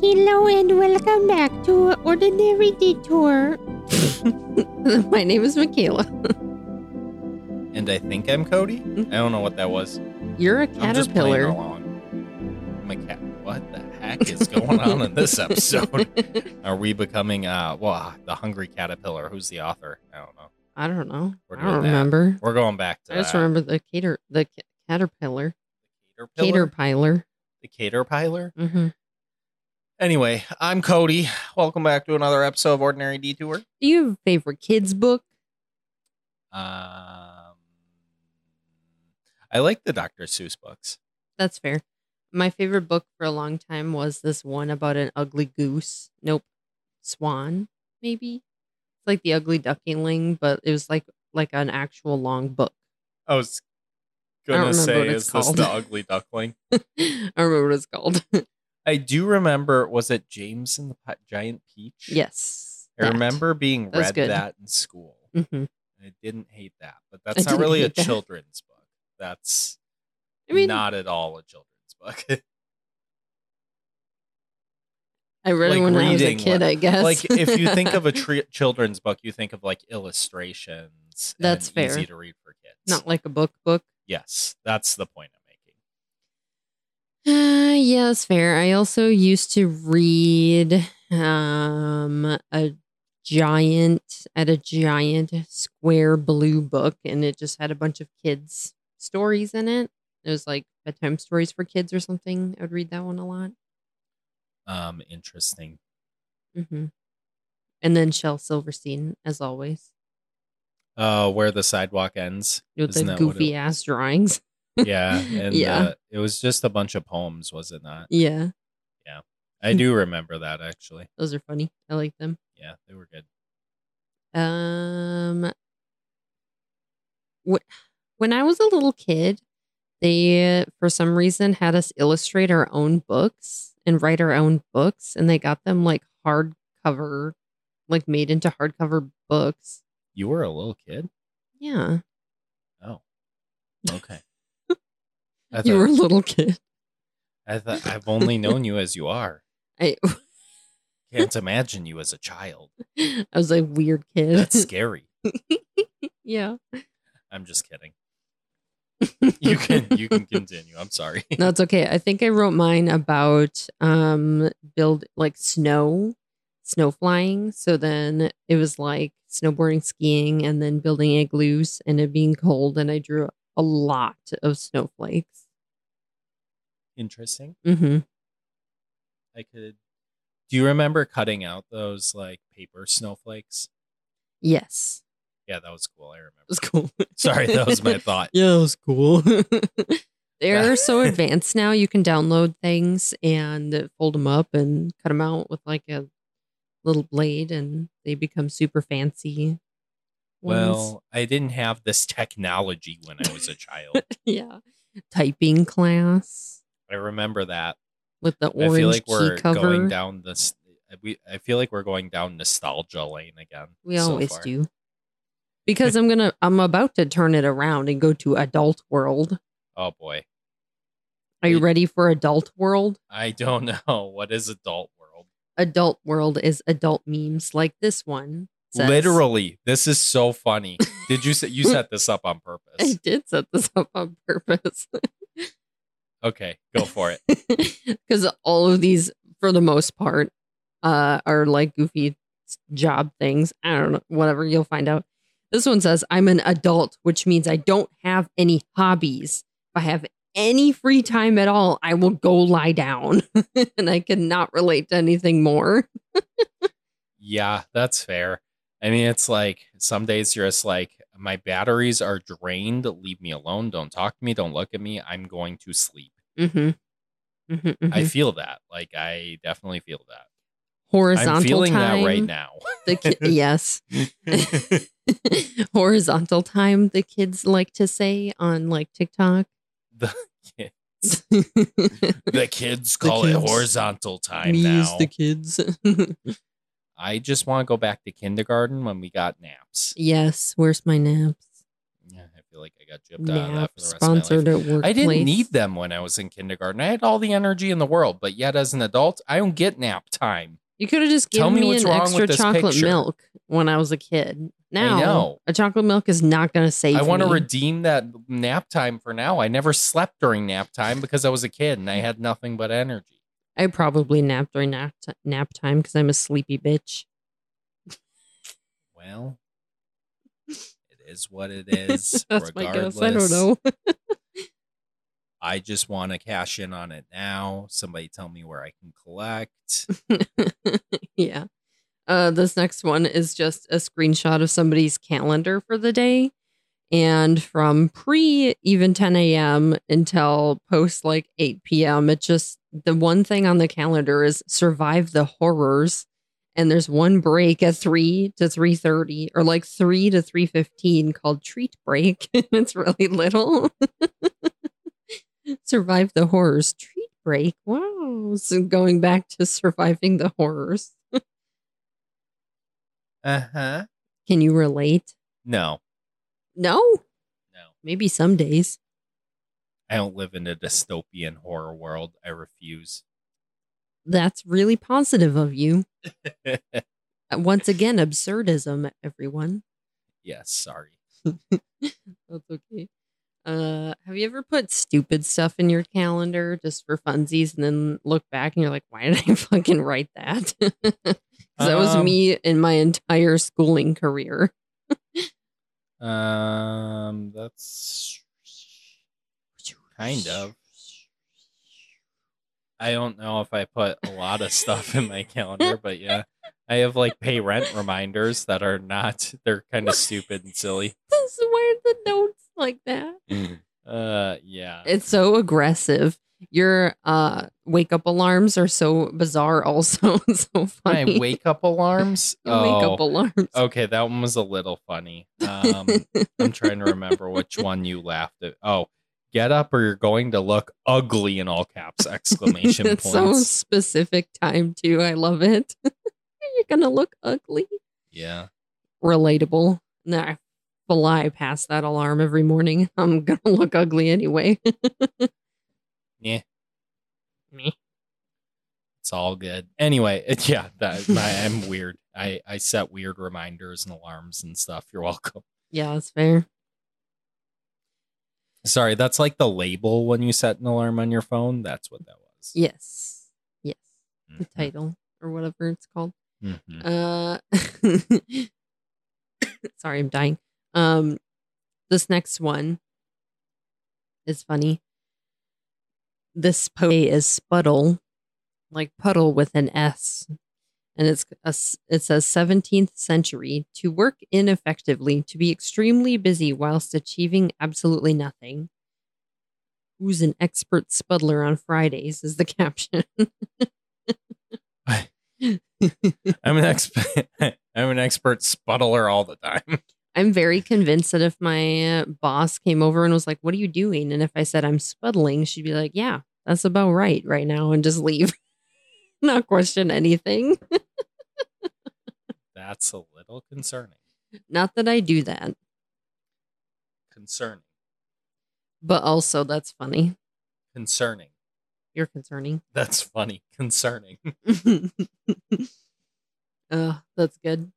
Hello and welcome back to Ordinary Detour. My name is Michaela. And I think I'm Cody. I don't know what that was. You're a I'm just playing Mm-hmm. caterpillar. along. I'm a cat. What the heck is going on in this episode? Are we becoming uh well the hungry caterpillar? Who's the author? I don't know. I don't know. We're I doing don't that. remember. We're going back to uh, I just that. remember the cater the ca- caterpillar caterpillar. caterpillar. The caterpillar. Mm-hmm. Anyway, I'm Cody. Welcome back to another episode of Ordinary Detour. Do you have a favorite kids book? Um, I like the Dr. Seuss books. That's fair. My favorite book for a long time was this one about an ugly goose. Nope, swan maybe. It's like the ugly duckling, but it was like like an actual long book. I was I don't gonna remember say, what it's is this the called. ugly duckling? I don't remember what it's called. I do remember. Was it James and the Pi- Giant Peach? yes, I remember being That was read good. that in school. hmm I didn't hate that, but that's not didn't really a hate that. children's book. That's I mean, not at all a children's book. I read like it when I was a reading kid. one. I guess. like if you think of a tri- children's book, you think of like illustrations. That's and fair. Easy to read for kids. not like a book book. Yes, that's the point I'm making. Uh, yeah, that's fair. I also used to read um, a giant at a giant square blue book, and it just had a bunch of kids' stories in it. It was like bedtime stories for kids or something. I would read that one a lot. Um, interesting. hmm And then Shel Silverstein, as always, Uh, where the sidewalk ends. with Isn't the that what it- goofy ass drawings. Yeah, and Yeah. uh, it was just a bunch of poems, was it not? Yeah, I Hmm. do remember that actually. those are funny. I like them. Yeah, they were good. Um, wh- when I was a little kid, they uh, for some reason had us illustrate our own books and write our own books, and they got them like hardcover, like made into hardcover books. You were a little kid? Yeah, Oh. Okay. I thought, you were a little kid. I thought I've only known you as you are. I, Can't imagine you as a child. I was a weird kid. That's scary. yeah. I'm just kidding. You can you can continue. I'm sorry. No, it's okay. I think I wrote mine about um build like snow, snow flying. So then it was like snowboarding, skiing, and then building igloos and it being cold. And I drew a lot of snowflakes. Interesting. hmm I could Do you remember cutting out those like paper snowflakes? Yes, Yeah, that was cool. I remember. it was cool. Sorry, that was my thought. yeah, it was cool. Yeah. They're so advanced now. You can download things and fold them up and cut them out with like a little blade, and they become super fancy. ones. Well, I didn't have this technology when I was a child. yeah, typing class I remember that. with the I orange feel like we're key cover. going down this. We, I feel like we're going down nostalgia lane again. we so always far. do. Because I'm gonna, I'm about to turn it around and go to adult world. Oh boy, Are you Wait. ready for adult world? I don't know what is adult world. Adult world is adult memes like this one. says. Literally, this is so funny. Did you set you set this up on purpose? I did set this up on purpose. Okay, go for it. because all of these for the most part uh are like goofy s- job things i don't know whatever you'll find out this one says i'm an adult which means i don't have any hobbies if i have any free time at all i will go lie down and i cannot relate to anything more Yeah, that's fair. I mean, it's like some days you're just like, my batteries are drained. Leave me alone. Don't talk to me. Don't look at me. I'm going to sleep. mm-hmm. hmm I feel that. Like, I definitely feel that. horizontal I'm feeling time that right now. the ki- yes horizontal time the kids like to say on like tiktok The kids. the kids call it kids. horizontal time Me is now. the kids. I just want to go back to kindergarten when we got naps. yes, where's my naps? Yeah, I feel like I got gypped out of that nap uh, for the rest of sponsored my life. at work. I didn't need them when I was in kindergarten. I had all the energy in the world, but yet as an adult, I don't get nap time. You could have just Tell given me me, what's an wrong with extra this chocolate picture. milk when I was a kid. I Now know. a chocolate milk is not going to save. I want to me. redeem that nap time for now. I never slept during nap time because I was a kid and I had nothing but energy. I probably nap during nap t- nap time because I'm a sleepy bitch. Well, it is what it is. That's my regardless. guess. I don't know. I just want to cash in on it now. Somebody tell me where I can collect. yeah. Uh, this next one is just a screenshot of somebody's calendar for the day. And from pre even 10 a.m. until post like 8 p.m., it just the one thing on the calendar is survive the horrors. And there's one break at three to three thirty, or like three to three fifteen, called treat break. it's really little. survive the horrors, treat break. Wow, so going back to surviving the horrors. Uh Uh-huh. huh. Can you relate? No, No, no. maybe some days. I don't live in a dystopian horror world. I refuse. That's really positive of you. Uh, Once again, absurdism, everyone. yes, sorry. That's okay. Uh, have you ever put stupid stuff in your calendar just for funsies and then look back and you're like, why did I fucking write that? 'Cause that was Um, me in my entire schooling career. Um, that's kind of. I don't know if I put a lot of stuff in my calendar, but yeah, I have like pay rent reminders that are not, they're kind of stupid and silly. This where the notes like that. Uh, yeah. It's so aggressive. Your uh wake up alarms are so bizarre also. It's so My funny. wake up alarms. Your wake up Oh, alarms. Okay, that one was a little funny. Um, I'm trying to remember which one you laughed at. Oh, get up or you're going to look ugly in all caps exclamation it's points. so specific time too. I love it. You're gonna look ugly. yeah. Relatable. Nah, I fly past that alarm every morning. I'm gonna look ugly anyway. Yeah. Meh. It's all good. Anyway, it, yeah, that, my, I'm weird. I, I set weird reminders and alarms and stuff. You're welcome. yeah, that's fair. Sorry, that's like the label when you set an alarm on your phone. That's what that was. Yes. Yes. The Mhm. title or whatever it's called. Mhm. Uh, sorry, I'm dying. Um, this next one is funny. This poe is spuddle, like puddle with an S, and it's a, s- it says 17th century to work ineffectively, to be extremely busy whilst achieving absolutely nothing. Who's an expert spuddler on Fridays is the caption. I'm an expert. I'm an expert spuddler all the time. I'm very convinced that if my uh, boss came over and was like, "What are you doing?" and if I said I'm spuddling, she'd be like, "Yeah, that's about right right now," and just leave, not question anything. That's a little concerning. Not that I do that, Concerning. but also that's funny. Concerning. You're concerning. That's funny. Concerning. uh, that's good.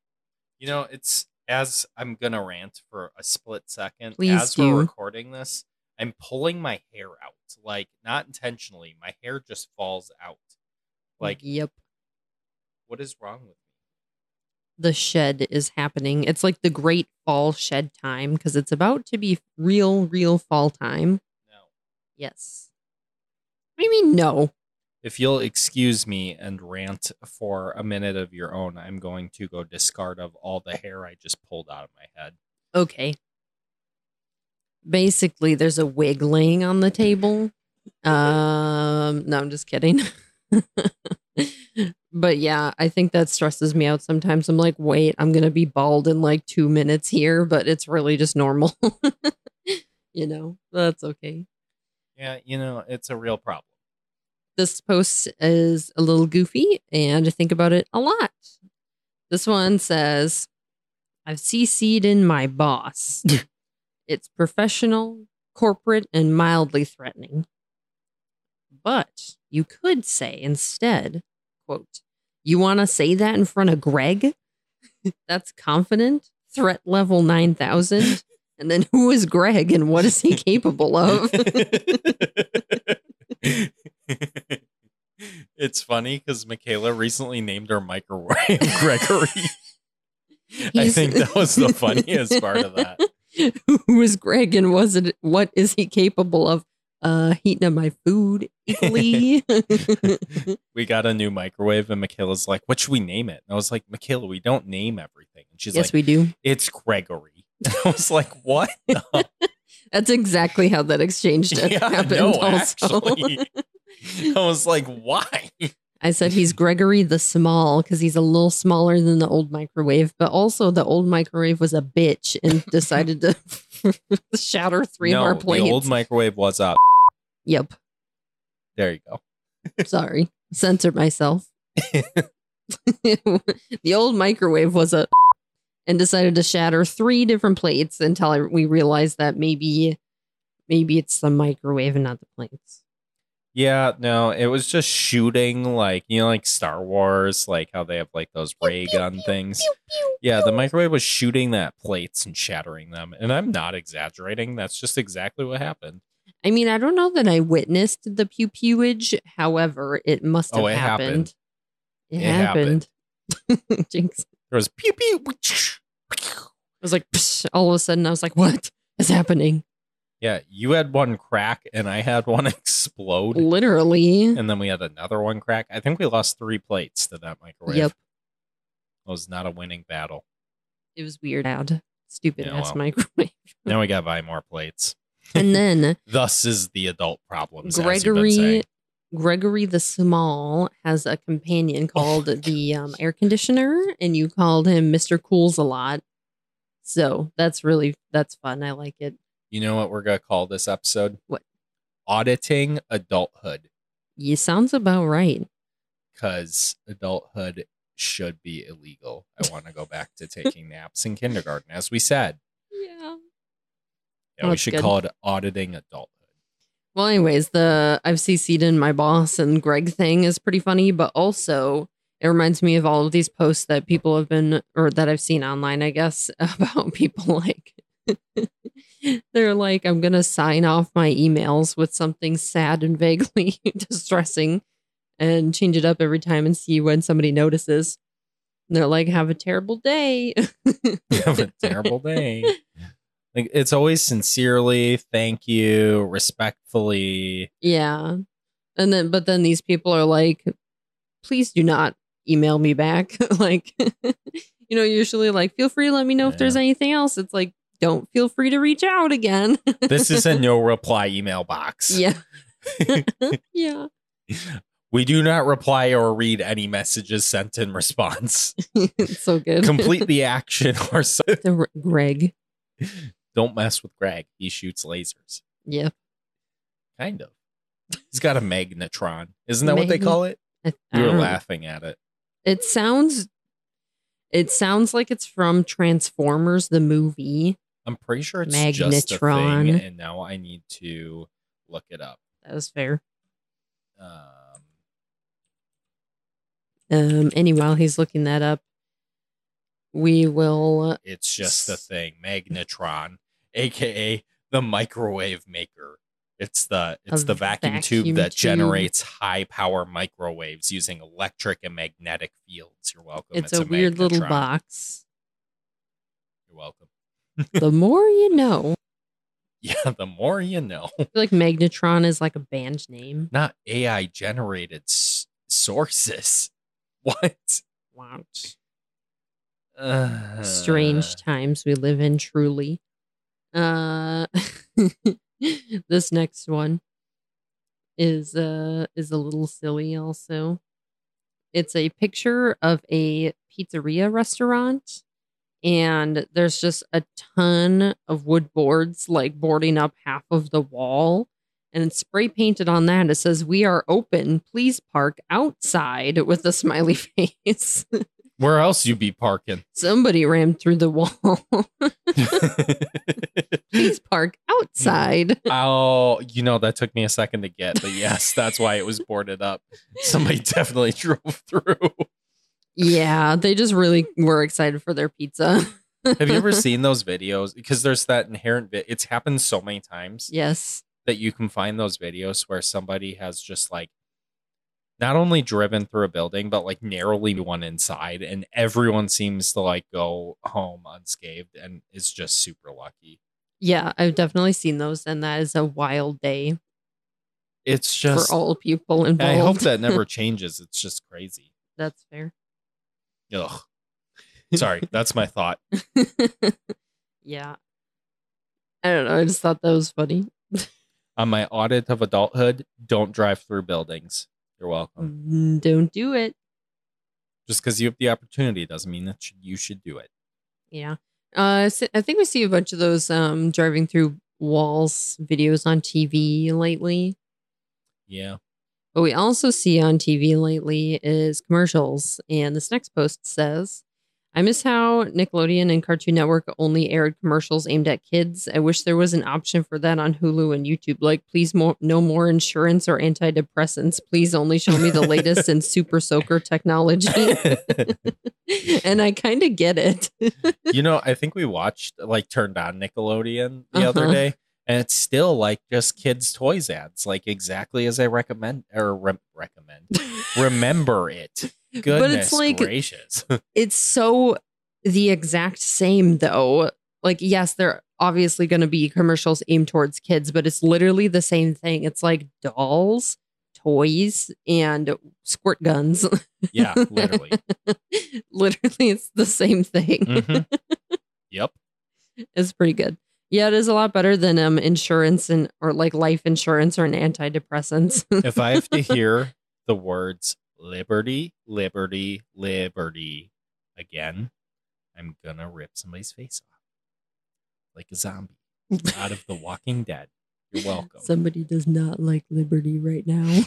You know, it's as I'm gonna rant for a split second. Please as do. we're recording this, I'm pulling my hair out. Like not intentionally. My hair just falls out. Like yep, what is wrong with me? the shed is happening. It's like the great fall shed time because it's about to be real, real fall time. No. Yes. What do you mean no? If you'll excuse me and rant for a minute of your own, I'm going to go discard of all the hair I just pulled out of my head. okay. Basically, there's a wig laying on the table. Um, no, I'm just kidding. but yeah, I think that stresses me out sometimes. I'm like, wait, I'm gonna be bald in like two minutes here, but it's really just normal. you know, that's okay. Yeah, you know, it's a real problem. This post is a little goofy and I think about it a lot. This one says, I've CC'd in my boss. It's professional, corporate, and mildly threatening. But you could say instead, quote, you want to say that in front of Greg? That's confident, threat level 9,000. And then who is Greg and what is he capable of? it's funny because Michaela recently named her microwave Gregory. I He's- think that was the funniest part of that. who is Greg and was it what is he capable of? Uh heating up my food equally. we got a new microwave, and Michaela's like, "What should we name it?" And I was like, "Michaela, we don't name everything." And she's yes, like, we do. "It's Gregory." And I was like, "What?" That's exactly how that exchange happened. also. I was like, "Why?" I said he's Gregory the Small because he's a little smaller than the old microwave, but also the old microwave was a bitch and decided to shatter three no, of our plates. the old microwave was up. yep. There you go. Sorry. Censored myself. the old microwave was a and decided to shatter three different plates until I, we realized that maybe maybe it's the microwave and not the plates. Yeah, no, it was just shooting like you know, like Star Wars, like how they have like those ray gun things. Yeah, the microwave was shooting that plates and shattering them, and I'm not exaggerating. That's just exactly what happened. I mean, I don't know that I witnessed the pew pewage. However, it must have Oh, it happened. happened. It, It happened. happened. Jinx. I There was pew pew. pew. was like, Psh, all of a sudden, I was like, what is happening? Yeah, you had one crack, and I had one explode, Literally. and then we had another one crack. I think we lost three plates to that microwave. Yep. It was not a winning battle. It was weird. Ad. Stupid Yeah, ass well. microwave. Now we got to buy more plates. And then Thus is the adult problems. as you've been Gregory saying. Gregory the Small has a companion called the um, air conditioner, and you called him Mr. Cools a lot. So that's really that's fun. I like it. You know what we're gonna call this episode? What? Auditing adulthood, You sounds about right. because adulthood should be illegal. I want to go back to taking naps in kindergarten, as we said. Yeah. Yeah, we Oh, That's should good. call it auditing adulthood. Well, anyways, the I've CC'd in my boss and Greg thing is pretty funny, but also it reminds me of all of these posts that people have been or that I've seen online, I guess, about people like they're like, I'm gonna sign off my emails with something sad and vaguely distressing and change it up every time and see when somebody notices. And they're like, have a terrible day. Have a terrible day. Like it's always sincerely, thank you, respectfully. Yeah. And then, but then these people are like, please do not email me back. like, you know, usually like, feel free to let me know if there's Yeah. anything else. It's like, don't feel free to reach out again. This is a no reply email box. yeah. yeah. We do not reply or read any messages sent in response. it's so good. Complete the action or so. the R- Greg. Don't mess with Greg. He shoots lasers. Yeah. Kind of. He's got a magnetron. Isn't that what they Magnet- call it? I- I We were don't- laughing at it. It sounds, it sounds like it's from Transformers, the movie. I'm pretty sure it's just a thing, Magnetron. and now I need to look it up. That was fair. Um, Um, anyway, while he's looking that up, we will it's just a thing. Magnetron, aka the microwave maker. It's the it's A the vacuum, vacuum tube that tube. generates high power microwaves using electric and magnetic fields. You're welcome. it's, a, weird little magnetron. box. You're welcome. The more you know, Yeah, the more you know. I feel like Magnetron is like a band name. Not AI generated s- sources. What? Wow. Uh, Strange times we live in, truly. Uh, this next one is uh is a little silly. Also, it's a picture of a pizzeria restaurant, and there's just a ton of wood boards like boarding up half of the wall. And it's spray painted on that. It says, We are open. Please park outside with a smiley face. Where else you be parking? Somebody rammed through the wall. Please park outside. oh, you know that took me a second to get, but yes, that's why it was boarded up. Somebody definitely drove through. Yeah, they just really were excited for their pizza. Have you ever seen those videos? Because there's that inherent vi- it's happened so many times Yes. that you can find those videos where somebody has just like not only driven through a building but like narrowly one inside and everyone seems to like go home unscathed and is just super lucky. Yeah, I've definitely seen those, and that is a wild day It's just for all people involved. and I hope that never changes. It's just crazy. That's fair. Ugh. Sorry, that's my thought. yeah. I don't know. I just thought that was funny. On my audit of adulthood, don't drive through buildings. You're welcome. Mm, Don't do it. Just because you have the opportunity doesn't mean that sh- you should do it. Yeah. Uh, s- I think we see a bunch of those um, driving through walls videos on TV lately. Yeah. What we also see on TV lately is commercials. And this next post says, I miss how Nickelodeon and Cartoon Network only aired commercials aimed at kids. I wish there was an option for that on Hulu and YouTube. Like, please, mo- no more insurance or antidepressants. Please only show me the latest in super soaker technology. and I kind of get it. you know, I think we watched, like, turned on Nickelodeon the Uh-huh. other day, and it's still like just kids' toys ads, like exactly as I recommend or rem- recommend. Remember it. Goodness but it's like, gracious. it's so the exact same though. Like, yes, they're obviously going to be commercials aimed towards kids, but it's literally the same thing. It's like dolls, toys, and squirt guns. yeah, literally. literally, it's the same thing. Mhm. Yep. It's pretty good. Yeah, it is a lot better than um insurance and or like life insurance or an antidepressants. if I have to hear the words liberty, liberty, liberty again, I'm gonna rip somebody's face off like a zombie out of The Walking Dead. You're welcome. Somebody does not like liberty right now.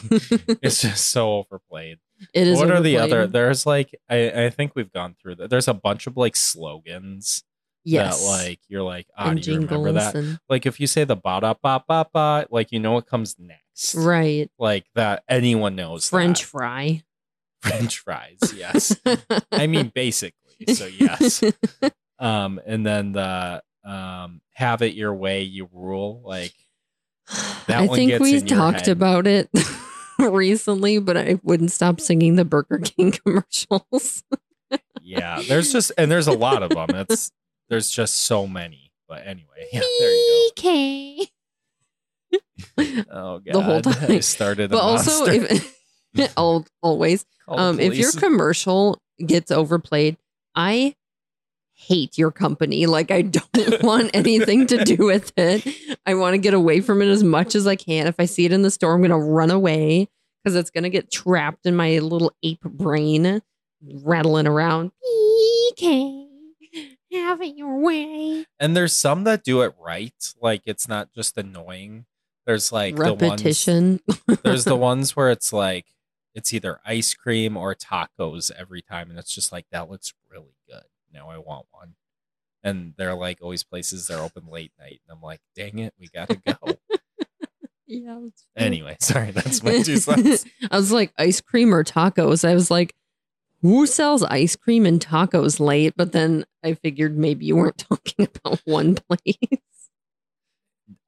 it's just so overplayed. It is. what are the other? overplayed. There's like, I, I think we've gone through that. There's a bunch of like slogans yes, that like you're like, ah, and do you remember jingles that? and- Like if you say the ba da ba ba ba, like you know what comes next, right? like that anyone knows. French that. fry. French fries, yes. I mean, basically. So yes. Um, and then the um, have it your way, you rule. Like That I one think gets we in your talked head. about it recently, but I wouldn't stop singing the Burger King commercials. yeah, there's just and there's a lot of them. That's there's just so many. But anyway, yeah, there you Okay. go. Oh god, The whole I time. started. but also, if, al- always, um, if your commercial gets overplayed, I hate your company. Like I don't want anything to do with it. I want to get away from it as much as I can. If I see it in the store, I'm gonna run away because it's gonna get trapped in my little ape brain rattling around. Okay. Have it your way. and there's some that do it right. Like it's not just annoying. There's like The ones, Repetition. there's the ones where it's like it's either ice cream or tacos every time and it's just like that looks really good now i want one and they're like always places they're open late night and i'm like dang it we gotta go yeah. it's true. anyway sorry that's my two cents I was like ice cream or tacos. I was like, who sells ice cream and tacos late? But then I figured maybe you weren't talking about one place.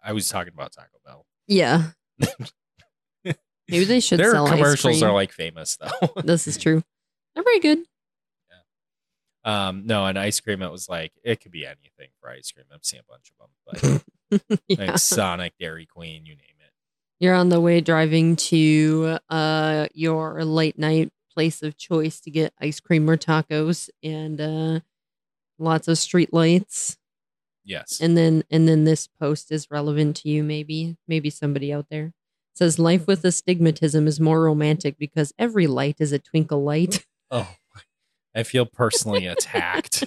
i was talking about taco bell Yeah. Maybe they should their sell ice commercials cream. are like famous though This is true. They're pretty good. um no and ice cream it was like it could be anything for ice cream i've seen a bunch of them but Yeah. like sonic dairy queen you name it You're on the way driving to uh your late night place of choice to get ice cream or tacos and uh lots of street lights. yes and then and then this post is relevant to you maybe maybe somebody out there It says life with astigmatism is more romantic because every light is a twinkle light oh i feel personally attacked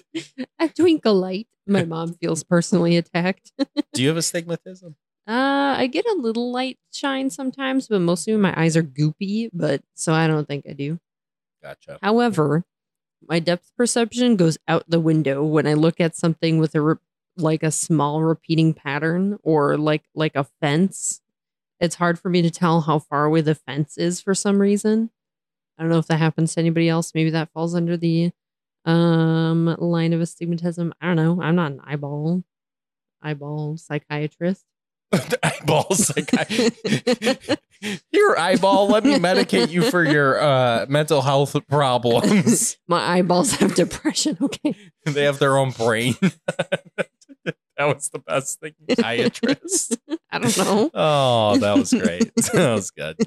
a twinkle light my mom feels personally attacked uh do you have astigmatism i get a little light shine sometimes but mostly when my eyes are goopy but so i don't think i do gotcha however my depth perception goes out the window when I look at something with a re- like a small repeating pattern or like like a fence. It's hard for me to tell how far away the fence is for some reason. I don't know if that happens to anybody else. Maybe that falls under the um line of astigmatism. I don't know. I'm not an eyeball eyeball psychiatrist. eyeballs. Like your eyeball. Let me medicate you for your uh, mental health problems. My eyeballs have depression. Okay. they have their own brain. that was the best thing, psychiatrist. I don't know. Oh, that was great. that was good.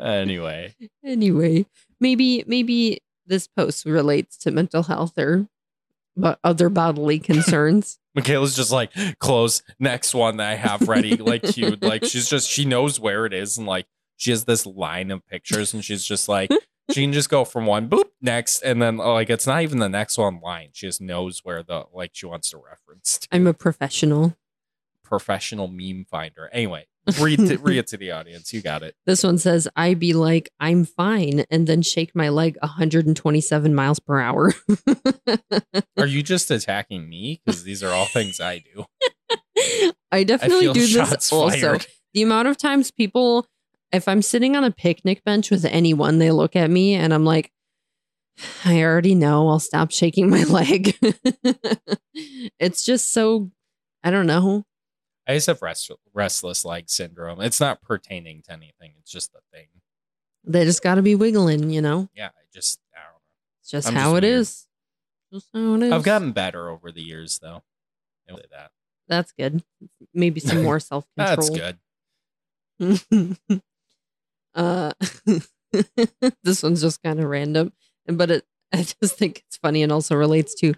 anyway, Anyway, maybe maybe this post relates to mental health or but other bodily concerns. Michaela's just like close next one that I have ready, like cute. Like she's just she knows where it is, and like she has this line of pictures, and she's just like she can just go from one boop next, and then uh, like it's not even the next one line. She just knows where the like she wants to reference. To. I'm a professional. professional meme finder. Anyway, read to, read it to the audience. You got it. This one says, I be like, I'm fine, and then shake my leg 127 miles per hour. Are you just attacking me? Because these are all things I do. I I definitely feel do shots this also. fired. The amount of times people, if I'm sitting on a picnic bench with anyone, they look at me and I'm like, I already know I'll stop shaking my leg. it's just so, I don't know. I just have rest, restless leg syndrome. It's not pertaining to anything. It's just the thing. They just got to be wiggling, you know? Yeah, I just I don't know. It's just I'm how just it weird. is. Just how it is. I've gotten better over the years, though. I'll say that. That's good. Maybe some more self control. That's good. good. uh, this one's just kind of random, but it, I just think it's funny and also relates to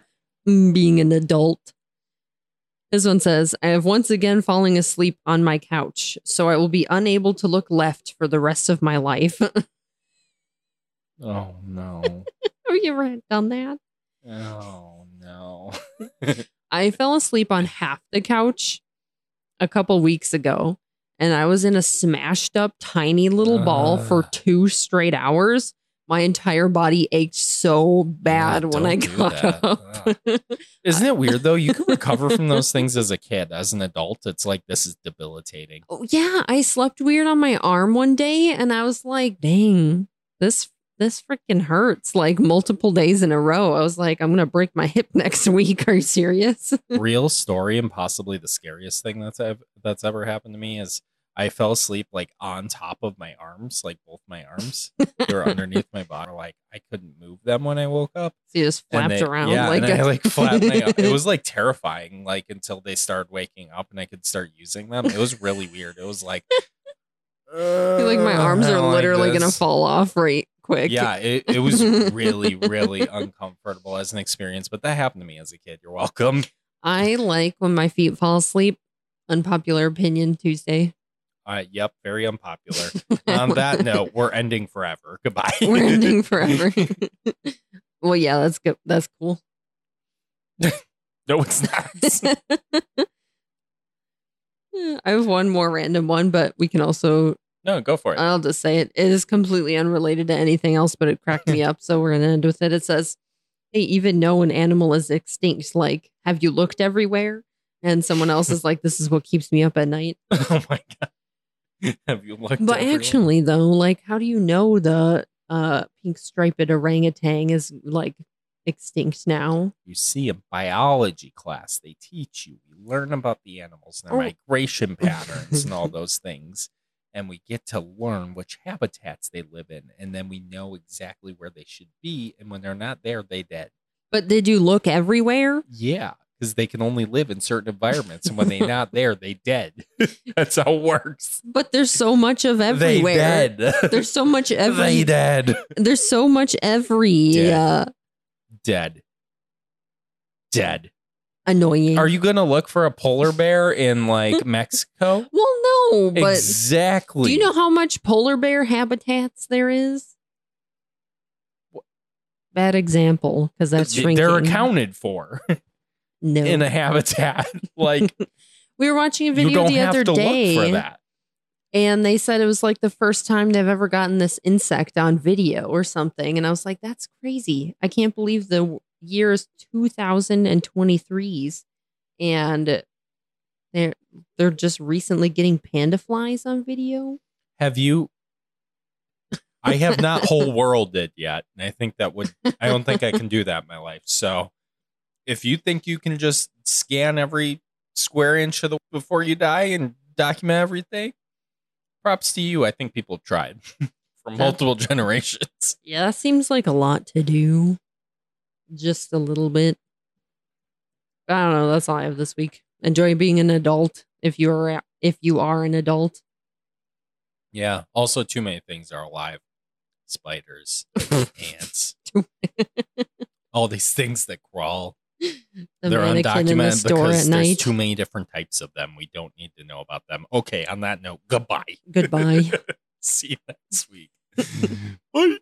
mm, being an adult. This one says, I have once again fallen asleep on my couch, so I will be unable to look left for the rest of my life. have Oh no. Oh, you ever done that? oh no. I fell asleep on half the couch a couple weeks ago, and I was in a smashed up tiny little ball for Ah. two straight hours. My entire body ached so bad Yeah, when I don't do got that. Ah. up. Isn't it weird though? You can recover from those things as a kid. As an adult, it's like this is debilitating. oh, yeah, I slept weird on my arm one day, and I was like, "Dang, this this freaking hurts!" Like multiple days in a row, I was like, "I'm gonna break my hip next week." Are you serious? real story and possibly the scariest thing that's ever that's ever happened to me is I fell asleep like on top of my arms, like both my arms. They were underneath my body. Like I couldn't move them when I woke up. So you just And flapped they- around yeah, like and I, a- like flapped. my arm. It was like terrifying. Like until they started waking up and I could start using them. It was really weird. It was like, I feel like my "Uh, arms I are don't like literally gonna this." fall off right quick. Yeah, it, it was really, really uncomfortable as an experience, but that happened to me as a kid. You're welcome. I like when my feet fall asleep. Unpopular opinion Tuesday. Uh, yep, very unpopular. On that note, we're ending forever. Goodbye. we're ending forever. well, yeah, that's good. That's cool. no, it's not. I have one more random one, but we can also No, go for it. I'll just say it. It is completely unrelated to anything else, but it cracked me up. So we're going to end with it. It says, Hey, even know an animal is extinct. Like, have you looked everywhere? And someone else is like, This is what keeps me up at night. oh my god. Have you looked? But everywhere? actually, though, like, how do you know the uh, pink striped orangutan is like extinct now? you see in biology class, they teach you. We learn about the animals, and their Oh. migration patterns, and all those things. And we get to learn which habitats they live in, and then we know exactly where they should be. And when they're not there, they dead. But did you look everywhere? Yeah, because they can only live in certain environments, and when they're not there, they dead. That's how it works. But there's so much of everywhere. They dead. There's so much they every. dead. There's so much every Dead. uh, Dead. Dead. annoying. Are you gonna look for a polar bear in like Mexico? Well, no, but exactly. do you know how much polar bear habitats there is? Bad example, because that's Th- shrinking. they're accounted for No, in a habitat? Like we were watching a you video don't the have other to day, look for that. And they said it was like the first time they've ever gotten this insect on video or something. And I was like, that's crazy. I can't believe the w- year is 2023s and they're they're just recently getting panda flies on video. Have you? I have not whole world it yet, and I think that would. I don't think I can do that in my life. So, if you think you can just scan every square inch of the before you die and document everything, props to you. I think people have tried for multiple generations. Yeah, that seems like a lot to do. Just a little bit. I don't know. That's all I have this week. Enjoy being an adult if you are if you are an adult. Yeah. Also, too many things are alive: spiders, ants, all these things that crawl. The They're mannequin in the undocumented store because at there's night. too many different types of them. We don't need to know about them. Okay. On that note, goodbye. Goodbye. See you next week. Bye.